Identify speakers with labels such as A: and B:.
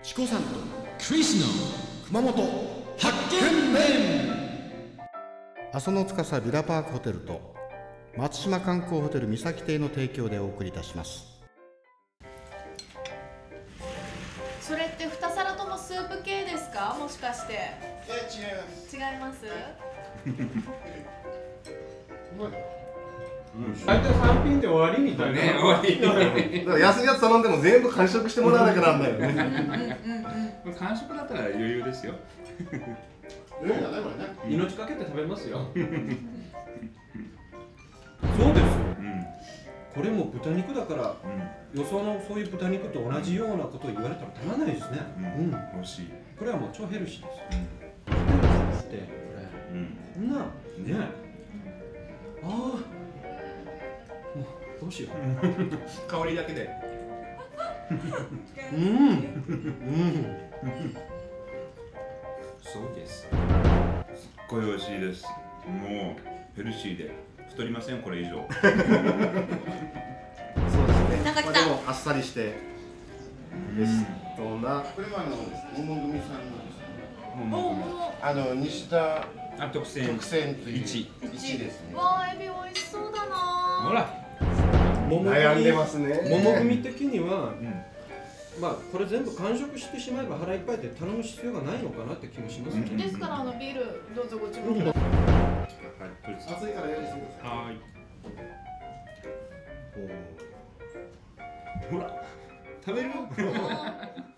A: チコさんとクリスの熊本発見面
B: 阿蘇の司ビラパークホテルと松島観光ホテル三崎邸の提供でお送りいたします
C: それって二皿ともスープ系ですかもしかして違います違い
D: 大体3品で終わりみたいな、
E: ね、終わり。
F: だから安いやつ頼んでも全部完食してもらわなきゃなんないよね。
C: ますうんうん
E: 完食だったら余裕ですよ。
D: 命かけて食べます よそうですよ
E: うん。
D: これも豚肉だから
E: う
D: 予想のそういう豚肉と同じようなことを言われたらたまらないですねうん、
E: ん。美味しい。
D: これはもう超ヘルシーですってこれ
E: うん。
D: そんなね
E: ね。
D: ああもうどうしよ
E: 香りだけで。
D: ううんうん
E: そうです。すっごい美味しいです。もうヘルシーで太りませんこれ以上。
F: そうですね。
C: なんか来た
F: まあでもあっさりしてベストな。
G: これはあの桃組さんのですね
C: うんお
E: もうもう
C: お
G: あの西田
E: あ特選。
G: 特選という
E: 一
G: 一ですね。
C: わあエビ美味しそうだな
E: ほら。
D: 桃
F: 悩んでますね。
D: 桃組的には
E: うん。
D: まあこれ全部完食してしまえば腹いっぱいで頼む必要がないのかなって気もしますね、
E: うん
C: ですからあのビールどうぞご注文ください
E: はい。とりあえず
G: 熱いから用意してくださ
E: はーい。ほら。食べる？
C: うん